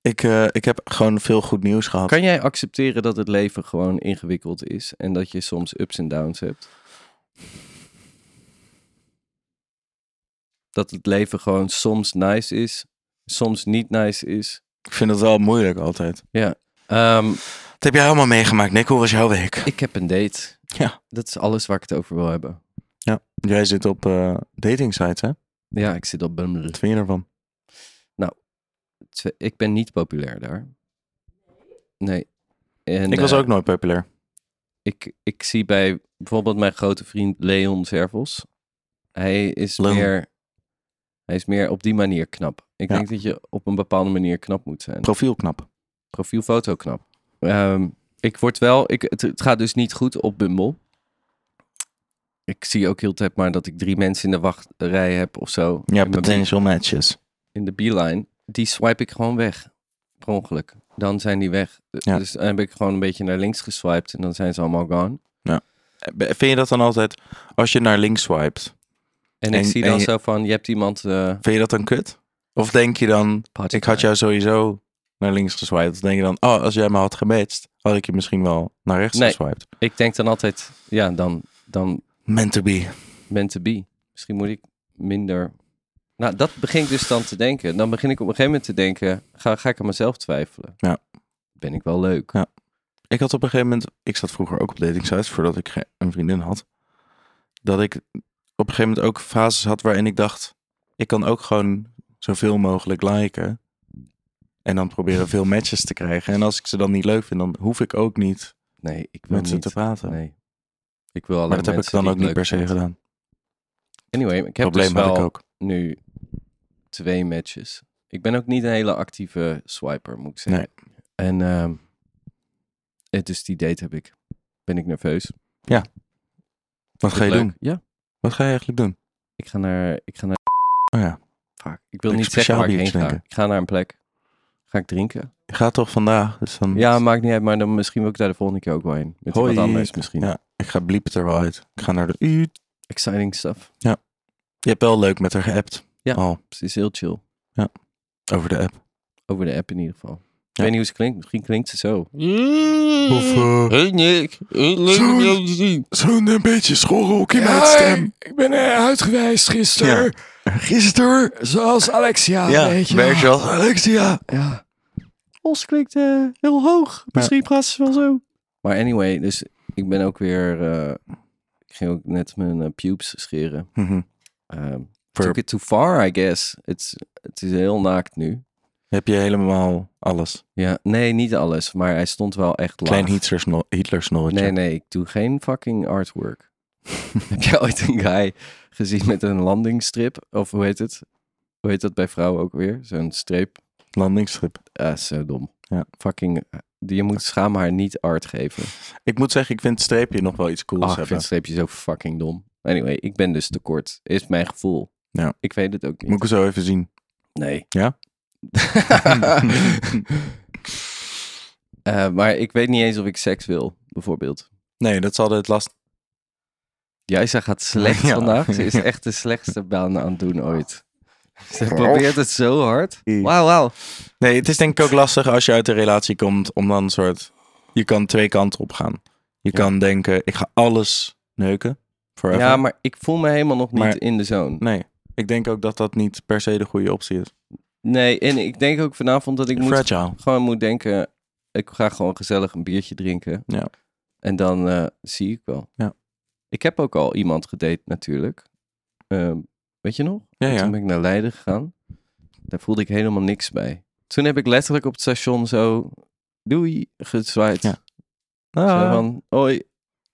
[SPEAKER 2] Ik, eh, ik heb gewoon veel goed nieuws gehad.
[SPEAKER 1] Kan jij accepteren dat het leven gewoon ingewikkeld is en dat je soms ups en downs hebt? Dat het leven gewoon soms nice is, soms niet nice is.
[SPEAKER 2] Ik vind het wel moeilijk altijd.
[SPEAKER 1] Ehm,
[SPEAKER 2] Wat heb jij allemaal meegemaakt, Nick? Hoe was jouw week?
[SPEAKER 1] ik heb een date.
[SPEAKER 2] Ja.
[SPEAKER 1] Dat is alles waar ik het over wil hebben.
[SPEAKER 2] Ja, jij zit op eh dating sites, hè?
[SPEAKER 1] Ja, ik zit op Bumble.
[SPEAKER 2] Wat vind je ervan?
[SPEAKER 1] Twe- Ik ben niet populair daar. Nee. En,
[SPEAKER 2] ik was
[SPEAKER 1] eh,
[SPEAKER 2] ook nooit populair.
[SPEAKER 1] ik, ik zie bij bijvoorbeeld mijn grote vriend Leon Servos. Hij is,
[SPEAKER 2] Leon.
[SPEAKER 1] meer, hij is meer op die manier knap. Ik
[SPEAKER 2] Ja.
[SPEAKER 1] denk dat je op een bepaalde manier knap moet zijn.
[SPEAKER 2] Profielknap.
[SPEAKER 1] Profielfoto knap. Ehm, ik word wel, ik, het, het gaat dus niet goed op Bumble. Ik zie ook heel de tijd maar dat ik drie mensen in de wachtrij heb of zo.
[SPEAKER 2] Ja,
[SPEAKER 1] in, mijn bi-
[SPEAKER 2] potential matches.
[SPEAKER 1] in de beeline. Die swipe ik gewoon weg. Per ongeluk. Dan zijn die weg.
[SPEAKER 2] Ja.
[SPEAKER 1] Dus dan heb ik gewoon een beetje naar links geswiped en dan zijn ze allemaal gone.
[SPEAKER 2] Eh, Vind je dat dan altijd, als je naar links swipet,
[SPEAKER 1] En,
[SPEAKER 2] En-
[SPEAKER 1] ik zie
[SPEAKER 2] en
[SPEAKER 1] dan
[SPEAKER 2] je-
[SPEAKER 1] zo van, je hebt iemand... eh,
[SPEAKER 2] Vind je dat dan kut? Of denk je dan,
[SPEAKER 1] party
[SPEAKER 2] ik had jou sowieso naar links geswiped. Of denk je dan, oh, als jij me had gematcht, had ik je misschien wel naar rechts
[SPEAKER 1] Nee.
[SPEAKER 2] geswiped.
[SPEAKER 1] guy. Ik denk dan altijd, ja, dan, dan
[SPEAKER 2] Meant to be.
[SPEAKER 1] meant to be. Misschien moet ik minder... Nou, dat begin ik dus dan te denken. Dan begin ik op een gegeven moment te denken, ga, ga ik aan mezelf twijfelen?
[SPEAKER 2] Ja.
[SPEAKER 1] Ben ik wel leuk?
[SPEAKER 2] Ja. Ik had op een gegeven moment, ik zat vroeger ook op dating sites voordat ik ge- een vriendin had. Dat ik op een gegeven moment ook fases had waarin ik dacht, ik kan ook gewoon zoveel mogelijk liken. En dan proberen veel matches te krijgen. En als ik ze dan niet leuk vind, dan hoef ik ook niet
[SPEAKER 1] Nee, ik wil
[SPEAKER 2] met ze
[SPEAKER 1] niet.
[SPEAKER 2] te praten.
[SPEAKER 1] Nee. Ik wil alleen
[SPEAKER 2] maar dat heb ik
[SPEAKER 1] mensen
[SPEAKER 2] dan
[SPEAKER 1] die
[SPEAKER 2] ook niet
[SPEAKER 1] leuk
[SPEAKER 2] per se
[SPEAKER 1] vind.
[SPEAKER 2] gedaan.
[SPEAKER 1] Anyway, ik heb
[SPEAKER 2] Probleem
[SPEAKER 1] dus
[SPEAKER 2] had ik
[SPEAKER 1] wel
[SPEAKER 2] ook.
[SPEAKER 1] nu twee matches. Ik ben ook niet een hele actieve swiper, moet ik zeggen. En ehm, eh, dus die date heb ik. Ben ik nerveus.
[SPEAKER 2] Wat ga je
[SPEAKER 1] Leuk.
[SPEAKER 2] doen?
[SPEAKER 1] Ja,
[SPEAKER 2] Wat ga je eigenlijk doen?
[SPEAKER 1] ik ga naar... Ik, ga naar,
[SPEAKER 2] Oh ja.
[SPEAKER 1] fuck, ik wil
[SPEAKER 2] Ik
[SPEAKER 1] niet zeggen
[SPEAKER 2] speciaal
[SPEAKER 1] waar ik heen
[SPEAKER 2] biertje
[SPEAKER 1] ga.
[SPEAKER 2] drinken.
[SPEAKER 1] Ik ga naar een plek. Ga ik drinken?
[SPEAKER 2] Je gaat toch vandaag? Dus dan...
[SPEAKER 1] Ja, maakt niet uit. Maar dan misschien wil ik daar de volgende keer ook wel heen. Met
[SPEAKER 2] Hoi.
[SPEAKER 1] iemand anders misschien.
[SPEAKER 2] Ja, ik ga bliep het er wel uit. Ik ga naar de U.
[SPEAKER 1] Exciting stuff.
[SPEAKER 2] Je hebt wel leuk met haar geappt.
[SPEAKER 1] Ja.
[SPEAKER 2] Al,
[SPEAKER 1] Het is heel chill.
[SPEAKER 2] over de app.
[SPEAKER 1] Over de app in ieder geval. Ik
[SPEAKER 2] Ja.
[SPEAKER 1] weet niet hoe ze klinkt. Misschien klinkt ze zo.
[SPEAKER 2] Of eh,
[SPEAKER 1] Hey Nick.
[SPEAKER 2] leuk om jou
[SPEAKER 1] te zien.
[SPEAKER 2] zo'n een beetje schorrelk in mijn
[SPEAKER 5] Ja,
[SPEAKER 2] stem.
[SPEAKER 5] ik ben eh, uitgeweest gisteren.
[SPEAKER 2] Gisteren.
[SPEAKER 5] Zoals
[SPEAKER 1] Ah,
[SPEAKER 5] Alexia,
[SPEAKER 2] Ja,
[SPEAKER 5] weet je
[SPEAKER 2] weet je
[SPEAKER 5] wel.
[SPEAKER 2] wel. Alexia.
[SPEAKER 5] Ja.
[SPEAKER 1] Ons klinkt eh, heel hoog. Misschien praat ze wel zo. Maar anyway, dus ik ben ook weer... eh, ik ging ook net mijn eh, pubes scheren.
[SPEAKER 2] Mhm.
[SPEAKER 1] Ehm
[SPEAKER 2] Verp.
[SPEAKER 1] took it too far, I guess. It's, het is heel naakt nu.
[SPEAKER 2] Heb je helemaal alles.
[SPEAKER 1] Ja, nee, niet alles, maar hij stond wel echt laag.
[SPEAKER 2] Klein Hitler, Hitler snorretje.
[SPEAKER 1] Nee, nee, ik doe geen fucking artwork. Heb jij ooit een guy gezien met een landingstrip? Of hoe heet het? Hoe heet dat bij vrouwen ook weer? Zo'n streep.
[SPEAKER 2] Landingsschip.
[SPEAKER 1] Ah, zo dom.
[SPEAKER 2] Ja.
[SPEAKER 1] Fucking, eh, je moet schaamhaar niet art geven.
[SPEAKER 2] Ik moet zeggen, ik vind het streepje nog wel iets cools
[SPEAKER 1] Ach, Ah, ik
[SPEAKER 2] hebben.
[SPEAKER 1] vind streepjes ook fucking dom. Anyway, ik ben dus tekort. Is mijn gevoel.
[SPEAKER 2] Ja.
[SPEAKER 1] Ik weet het ook niet.
[SPEAKER 2] Moet ik zo even zien.
[SPEAKER 1] Nee.
[SPEAKER 2] Ja?
[SPEAKER 1] Eh, maar ik weet niet eens of ik seks wil, bijvoorbeeld.
[SPEAKER 2] Nee, dat is altijd last.
[SPEAKER 1] Jij zij gaat slecht
[SPEAKER 2] Ja.
[SPEAKER 1] vandaag. Ze is
[SPEAKER 2] Ja.
[SPEAKER 1] echt de slechtste baan aan het doen ooit. Ze probeert het zo hard. Wauw, wauw.
[SPEAKER 2] Nee, het is denk ik ook lastig als je uit een relatie komt om dan een soort... Je kan twee kanten op gaan. Je kan denken, ik ga alles neuken. Forever.
[SPEAKER 1] Ja, maar ik voel me helemaal nog niet
[SPEAKER 2] Maar-
[SPEAKER 1] in de zone.
[SPEAKER 2] Nee, ik denk ook dat dat niet per se de goede optie is.
[SPEAKER 1] Nee, en ik denk ook vanavond dat ik moet,
[SPEAKER 2] Fragile.
[SPEAKER 1] gewoon moet denken... Ik ga gewoon gezellig een biertje drinken.
[SPEAKER 2] Ja.
[SPEAKER 1] En dan eh, zie ik wel.
[SPEAKER 2] Ja.
[SPEAKER 1] Ik heb ook al iemand gedate natuurlijk. Ehm, weet je nog?
[SPEAKER 2] Ja,
[SPEAKER 1] Toen
[SPEAKER 2] ja.
[SPEAKER 1] ben ik naar Leiden gegaan. Daar voelde ik helemaal niks bij. Toen heb ik letterlijk op het station zo... Doei, gezwaaid.
[SPEAKER 2] Ja.
[SPEAKER 1] Zo
[SPEAKER 2] Ah.
[SPEAKER 1] van, hoi.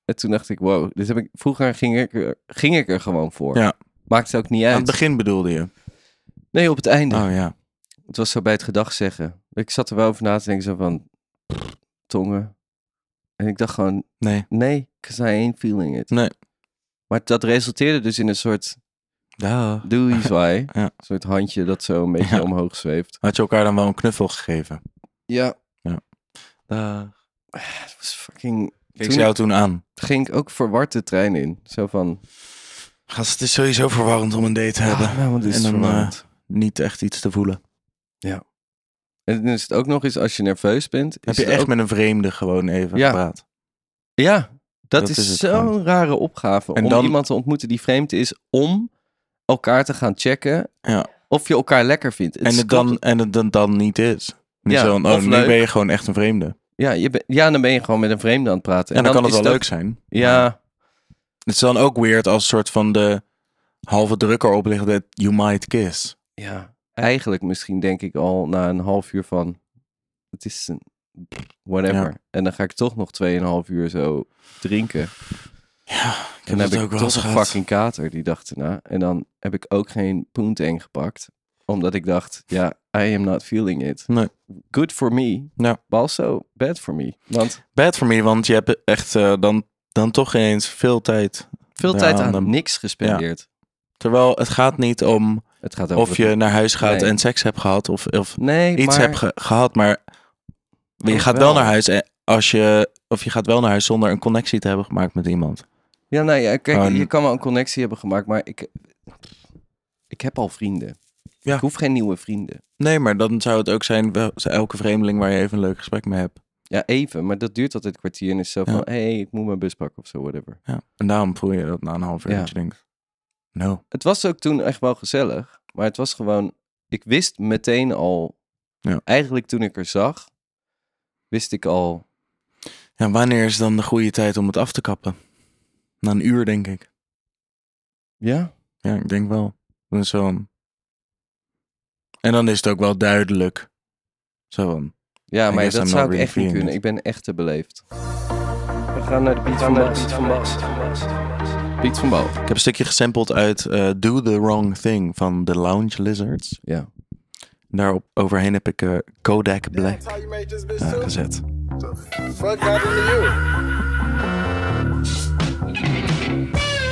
[SPEAKER 1] En toen dacht ik, wow, dit heb ik, vroeger ging ik, er, ging ik er gewoon voor.
[SPEAKER 2] Ja.
[SPEAKER 1] Maakt het ook niet
[SPEAKER 2] Aan het
[SPEAKER 1] uit.
[SPEAKER 2] begin bedoelde je.
[SPEAKER 1] Nee, op het einde.
[SPEAKER 2] Oh ja.
[SPEAKER 1] Het was zo bij het gedag zeggen. Ik zat er wel over na te denken, zo van, pff, tongen. En ik dacht gewoon,
[SPEAKER 2] Nee,
[SPEAKER 1] nee, because I ain't feeling it.
[SPEAKER 2] Nee.
[SPEAKER 1] Maar dat resulteerde dus in een soort
[SPEAKER 2] Dag.
[SPEAKER 1] doei zwaai.
[SPEAKER 2] Ja.
[SPEAKER 1] Een soort handje dat zo een beetje
[SPEAKER 2] Ja.
[SPEAKER 1] omhoog zweeft.
[SPEAKER 2] Had je elkaar dan wel een knuffel gegeven?
[SPEAKER 1] Ja,
[SPEAKER 2] Dag.
[SPEAKER 1] het was fucking...
[SPEAKER 2] Keek
[SPEAKER 1] Toen
[SPEAKER 2] ze jou toen aan?
[SPEAKER 1] ging ik ook verward de trein in. Zo van,
[SPEAKER 2] Gast, het is sowieso verwarrend om een date te hebben.
[SPEAKER 1] ah, nou, wat is het
[SPEAKER 2] En dan, eh,
[SPEAKER 1] verwarrend.
[SPEAKER 2] Niet echt iets te voelen.
[SPEAKER 1] En dan is het ook nog eens als je nerveus bent.
[SPEAKER 2] Heb
[SPEAKER 1] is
[SPEAKER 2] je
[SPEAKER 1] het
[SPEAKER 2] echt
[SPEAKER 1] ook-
[SPEAKER 2] met een vreemde gewoon even
[SPEAKER 1] Ja.
[SPEAKER 2] gepraat?
[SPEAKER 1] Ja, dat,
[SPEAKER 2] Dat is
[SPEAKER 1] is,
[SPEAKER 2] het
[SPEAKER 1] zo'n
[SPEAKER 2] gewoon.
[SPEAKER 1] rare opgave.
[SPEAKER 2] En
[SPEAKER 1] om
[SPEAKER 2] dan-
[SPEAKER 1] iemand te ontmoeten die vreemd is, om elkaar te gaan checken
[SPEAKER 2] Ja.
[SPEAKER 1] of je elkaar lekker vindt. Het
[SPEAKER 2] En
[SPEAKER 1] is-
[SPEAKER 2] het, dan, en het dan, dan niet is. Niet
[SPEAKER 1] Ja,
[SPEAKER 2] zo van,
[SPEAKER 1] of
[SPEAKER 2] oh, nu
[SPEAKER 1] leuk.
[SPEAKER 2] ben je gewoon echt een vreemde. En,
[SPEAKER 1] ja, je ben- ja, dan ben je gewoon met een vreemde aan het praten.
[SPEAKER 2] dan, kan het
[SPEAKER 1] is
[SPEAKER 2] wel leuk zijn.
[SPEAKER 1] Ja,
[SPEAKER 2] Het is dan ook weird als soort van de halve drukker oplicht dat you might kiss.
[SPEAKER 1] ja, eigenlijk misschien denk ik al na een half uur van... Het is een... Whatever.
[SPEAKER 2] Ja.
[SPEAKER 1] En dan ga ik toch nog 2,5 uur zo drinken.
[SPEAKER 2] Ik
[SPEAKER 1] En dan heb ik toch een fucking kater die dag erna. En dan heb ik ook geen poenteng gepakt. Omdat ik dacht, ja, I am not feeling it.
[SPEAKER 2] Nee.
[SPEAKER 1] Good for me,
[SPEAKER 2] Ja.
[SPEAKER 1] but also bad for me. Want
[SPEAKER 2] Bad voor me, want je hebt echt eh, dan, dan toch eens veel tijd.
[SPEAKER 1] veel
[SPEAKER 2] Ja,
[SPEAKER 1] tijd aan
[SPEAKER 2] dan-
[SPEAKER 1] niks gespendeerd.
[SPEAKER 2] Terwijl het gaat niet om
[SPEAKER 1] Het gaat over...
[SPEAKER 2] of je naar huis gaat
[SPEAKER 1] Nee.
[SPEAKER 2] en seks hebt gehad of, of
[SPEAKER 1] nee,
[SPEAKER 2] iets
[SPEAKER 1] maar...
[SPEAKER 2] hebt ge- gehad, maar je
[SPEAKER 1] Ook
[SPEAKER 2] gaat wel
[SPEAKER 1] wel.
[SPEAKER 2] naar huis eh, als je, of je gaat wel naar huis zonder een connectie te hebben gemaakt met iemand.
[SPEAKER 1] Ja, nou ja, kijk,
[SPEAKER 2] Gewoon-
[SPEAKER 1] je kan wel een connectie hebben gemaakt, maar ik... Ik heb al vrienden.
[SPEAKER 2] Ja.
[SPEAKER 1] Ik hoef geen nieuwe vrienden.
[SPEAKER 2] Nee, maar dan zou het ook zijn, wel, elke vreemdeling waar je even een leuk gesprek mee hebt.
[SPEAKER 1] Ja, even, maar dat duurt altijd een kwartier en is zo van...
[SPEAKER 2] Ja.
[SPEAKER 1] Hé, hey, ik moet mijn bus pakken of zo, whatever.
[SPEAKER 2] Ja. En daarom voel je dat na een half uur
[SPEAKER 1] Ja.
[SPEAKER 2] dat je denkt, no.
[SPEAKER 1] Het was ook toen echt wel gezellig, maar het was gewoon. Ik wist meteen al.
[SPEAKER 2] Ja.
[SPEAKER 1] Eigenlijk toen ik er zag, wist ik al.
[SPEAKER 2] Ja, wanneer is dan de goede tijd om het af te kappen? Na een uur, denk ik.
[SPEAKER 1] Ja.
[SPEAKER 2] Ja, ik denk wel. Dan is zo'n... En dan is het ook wel duidelijk. Zo van...
[SPEAKER 1] Ja,
[SPEAKER 2] I
[SPEAKER 1] maar
[SPEAKER 2] guess
[SPEAKER 1] dat
[SPEAKER 2] I'm
[SPEAKER 1] zou
[SPEAKER 2] not
[SPEAKER 1] ik
[SPEAKER 2] really
[SPEAKER 1] echt niet
[SPEAKER 2] feeling
[SPEAKER 1] kunnen.
[SPEAKER 2] it.
[SPEAKER 1] Ik ben echt te beleefd. We gaan naar de Piet van Bas. Van Piet van Bal.
[SPEAKER 2] Ik heb een stukje gesampled uit eh, Do the Wrong Thing van The Lounge Lizards.
[SPEAKER 1] Ja.
[SPEAKER 2] Daarop overheen heb ik eh, Kodak Black
[SPEAKER 6] That's how you made this bitch
[SPEAKER 2] eh,
[SPEAKER 6] too?
[SPEAKER 2] gezet.
[SPEAKER 6] Fuck happened to you?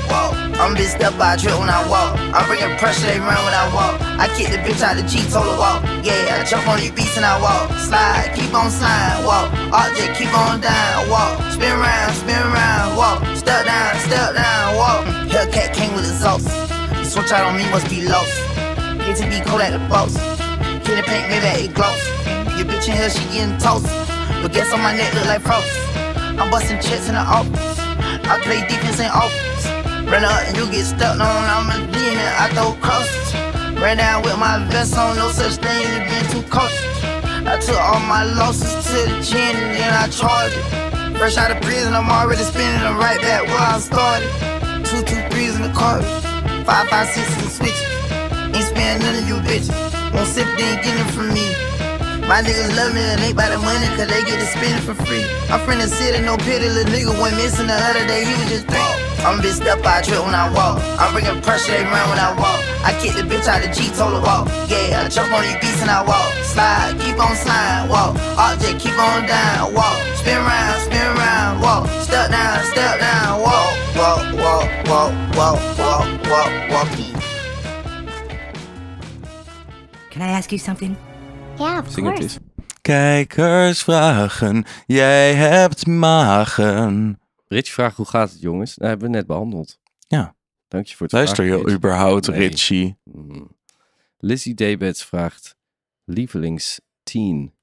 [SPEAKER 7] walk. I'm bitched up by a drill when I walk. I'm bringing pressure, they run when I walk. I kick the bitch out the Jeep, told her walk. Yeah, I jump on these beats and I walk. Slide, keep on sliding, walk. Object, keep on dying, walk. Spin round, spin round, walk. Step down, step down, walk. Hellcat came with exhaust. The switch out on me must be lost. Hate to be cold at the boss. Can the paint maybe it gloss? Your bitch in here, she getting toast. But guess on my neck look like frost. I'm busting checks in the office. I play defense in office. Run up and you get stuck on. I'm a demon. I throw crosses. Ran down with my vest on. No such thing as being too cautious. I took all my losses to the chin and then I charged it. Fresh out of prison, I'm already spinning. I'm right back where I started. Two, two, threes in the car. Five, five, six in the switch. Ain't spending none of you bitches. Won't sip, then get it from me. My niggas love me and they buy the money cause they get to spend it for free. I'm from the city, no pity, little nigga went missing the other day, he was just three. I'm bitched up, I drip when I walk. I'm bringing pressure, they run when I walk. I kick the bitch out the G, told her walk. Yeah, I jump on these beats and I walk. Slide, keep on sliding, walk. Object, keep on down, walk. Spin round, spin round, walk. Step down, step down, walk. Walk, walk, walk, walk, walk, walk, walkie.
[SPEAKER 8] Can I ask you something?
[SPEAKER 3] Yeah, of
[SPEAKER 1] Zing het
[SPEAKER 3] course.
[SPEAKER 1] eens.
[SPEAKER 2] Kijkersvragen, jij hebt magen.
[SPEAKER 1] Rich vraagt hoe gaat het, jongens? Nou, hebben we net behandeld.
[SPEAKER 2] Ja.
[SPEAKER 1] Dank je voor het
[SPEAKER 2] Luister
[SPEAKER 1] vragen,
[SPEAKER 2] je
[SPEAKER 1] Rich.
[SPEAKER 2] überhaupt,
[SPEAKER 1] Nee.
[SPEAKER 2] Richie?
[SPEAKER 1] Mm. Lizzie Debets vraagt lievelings teen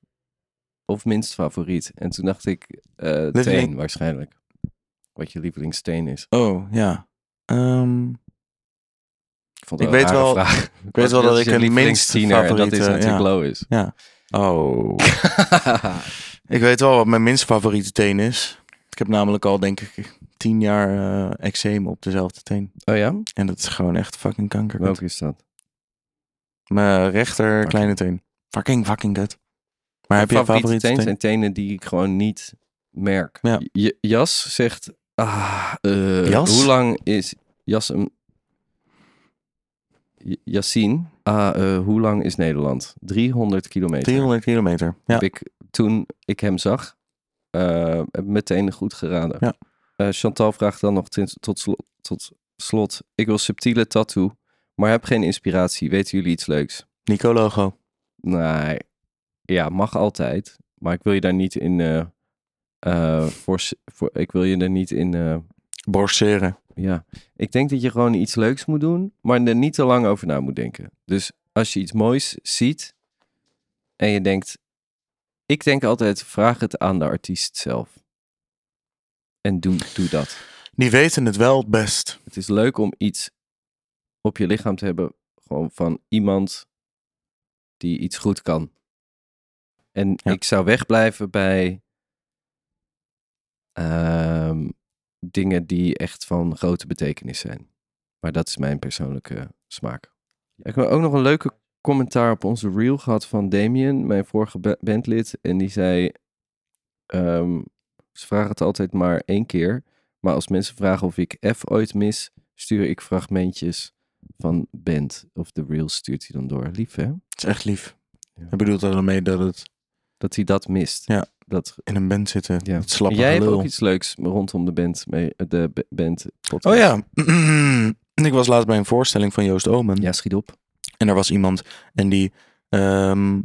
[SPEAKER 1] of minst favoriet. En toen dacht ik eh
[SPEAKER 2] Lieveling-
[SPEAKER 1] teen waarschijnlijk. Wat je lievelingsteen is.
[SPEAKER 2] Oh, ja. Ehm,
[SPEAKER 1] Ik, vond het
[SPEAKER 2] Ik
[SPEAKER 1] een
[SPEAKER 2] weet
[SPEAKER 1] rare
[SPEAKER 2] wel-
[SPEAKER 1] vraag.
[SPEAKER 2] ik weet wel dat ik een minst
[SPEAKER 1] lievelingstiener en
[SPEAKER 2] favoriete...
[SPEAKER 1] dat is natuurlijk
[SPEAKER 2] ja.
[SPEAKER 1] low is.
[SPEAKER 2] Oh. ik weet wel wat mijn minst favoriete teen is. Ik heb namelijk al, denk ik, tien jaar eh eczeem op dezelfde teen.
[SPEAKER 1] oh ja?
[SPEAKER 2] En dat is gewoon echt fucking kanker.
[SPEAKER 1] Welke is dat?
[SPEAKER 2] Mijn rechter kleine teen. Fucking fucking kut. Maar heb je een favoriete
[SPEAKER 1] teen
[SPEAKER 2] teen?
[SPEAKER 1] zijn tenen die ik gewoon niet merk.
[SPEAKER 2] Ja.
[SPEAKER 1] J- Jas zegt... Ah, eh,
[SPEAKER 2] Jas?
[SPEAKER 1] Hoe lang is Jas een... J- Yassine, ah, eh, hoe lang is Nederland? 300 kilometer.
[SPEAKER 2] 300 kilometer. Ja.
[SPEAKER 1] Heb ik, toen ik hem zag, eh, heb meteen goed geraden.
[SPEAKER 2] Ja.
[SPEAKER 1] Eh, Chantal vraagt dan nog tin- tot, slo- tot slot. Ik wil subtiele tattoo, maar heb geen inspiratie. Weten jullie iets leuks?
[SPEAKER 2] Nico logo.
[SPEAKER 1] Nee. Ja, mag altijd. Maar ik wil je daar niet in. eh, eh, voor, voor, ik wil je daar niet in. eh,
[SPEAKER 2] Borseren.
[SPEAKER 1] ja. Ik denk dat je gewoon iets leuks moet doen, maar er niet te lang over na moet denken. Dus als je iets moois ziet en je denkt. Ik denk altijd: vraag het aan de artiest zelf. En doe, doe dat.
[SPEAKER 2] Die weten het wel het best.
[SPEAKER 1] Het is leuk om iets op je lichaam te hebben, gewoon van iemand die iets goed kan. En
[SPEAKER 2] Ja.
[SPEAKER 1] ik zou wegblijven bij ehm, dingen die echt van grote betekenis zijn. Maar dat is mijn persoonlijke smaak. Ik heb ook nog een leuke commentaar op onze reel gehad van Damien, mijn vorige ba- bandlid. En die zei, ehm, ze vragen het altijd maar één keer. Maar als mensen vragen of ik F ooit mis, stuur ik fragmentjes van band. Of de reels stuurt hij dan door. Lief hè?
[SPEAKER 2] Het is echt lief.
[SPEAKER 1] Ja.
[SPEAKER 2] Ik bedoel dat ermee dat het
[SPEAKER 1] Dat hij dat mist.
[SPEAKER 2] Ja.
[SPEAKER 1] Dat,
[SPEAKER 2] in een band zitten.
[SPEAKER 1] ja.
[SPEAKER 2] Het slappe
[SPEAKER 1] Jij hebt
[SPEAKER 2] gelul.
[SPEAKER 1] ook iets leuks rondom de band. Mee, eh, de b- band podcast.
[SPEAKER 2] Oh ja. ik was laatst bij een voorstelling van Joost Omen.
[SPEAKER 1] Ja, schiet op.
[SPEAKER 2] En er was iemand en die, ehm,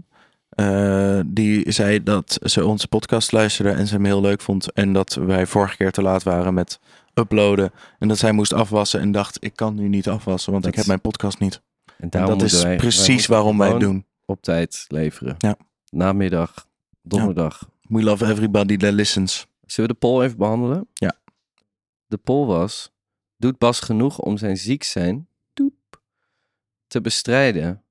[SPEAKER 2] eh, die zei dat ze onze podcast luisterde en ze hem heel leuk vond. En dat wij vorige keer te laat waren met uploaden. En dat zij moest afwassen en dacht, ik kan nu niet afwassen, want
[SPEAKER 1] Dat
[SPEAKER 2] ik heb
[SPEAKER 1] is-
[SPEAKER 2] mijn podcast niet.
[SPEAKER 1] En
[SPEAKER 2] En
[SPEAKER 1] daarom
[SPEAKER 2] dat
[SPEAKER 1] moeten
[SPEAKER 2] is
[SPEAKER 1] wij- wij
[SPEAKER 2] precies
[SPEAKER 1] moeten
[SPEAKER 2] waarom wij het
[SPEAKER 1] gewoon
[SPEAKER 2] doen.
[SPEAKER 1] Op tijd leveren.
[SPEAKER 2] Ja.
[SPEAKER 1] Namiddag, donderdag.
[SPEAKER 2] We love everybody that listens.
[SPEAKER 1] Zullen we de poll even behandelen?
[SPEAKER 2] Ja.
[SPEAKER 1] De poll was: doet Bas genoeg om zijn ziek zijn toep, te bestrijden?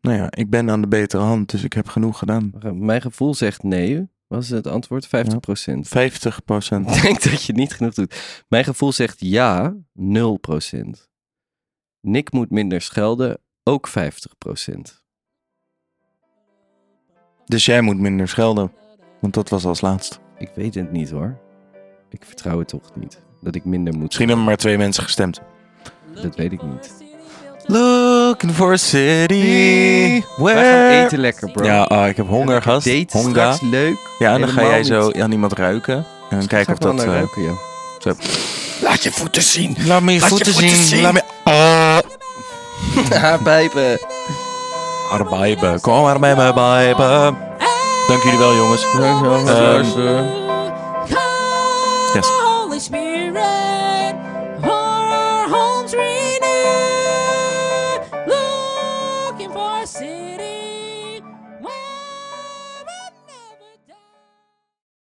[SPEAKER 2] Nou ja, ik ben aan de betere hand, dus ik heb genoeg gedaan.
[SPEAKER 1] Mijn gevoel zegt nee. Was het antwoord 50%?
[SPEAKER 2] 50
[SPEAKER 1] Ik denk dat je niet genoeg doet. Mijn gevoel zegt ja, 0%. Nick moet minder schelden, ook 50%.
[SPEAKER 2] Dus jij moet minder schelden, want dat was als laatst.
[SPEAKER 1] Ik weet het niet hoor. Ik vertrouw het toch niet. Dat ik minder moet.
[SPEAKER 2] Misschien hebben maar twee mensen gestemd.
[SPEAKER 1] Dat weet ik niet.
[SPEAKER 2] Looking for a city.
[SPEAKER 1] Wij gaan eten lekker, bro.
[SPEAKER 2] Ja, ah, ik heb honger, gast.
[SPEAKER 1] Date
[SPEAKER 2] Honga.
[SPEAKER 1] straks leuk.
[SPEAKER 2] Ja, en dan ga
[SPEAKER 1] Helemaal
[SPEAKER 2] jij
[SPEAKER 1] niet.
[SPEAKER 2] zo aan iemand ruiken. En dan kijken of dat... eh,
[SPEAKER 5] Laat je voeten zien.
[SPEAKER 2] Laat me je
[SPEAKER 5] Laat je
[SPEAKER 2] voeten
[SPEAKER 5] voeten
[SPEAKER 2] zien.
[SPEAKER 5] zien.
[SPEAKER 2] Laat me... Oh.
[SPEAKER 1] pijpen.
[SPEAKER 2] Arbeiben. Kom maar bij me, bijben. Dank jullie wel, jongens. Ehm,
[SPEAKER 1] Dankjewel.
[SPEAKER 2] yes.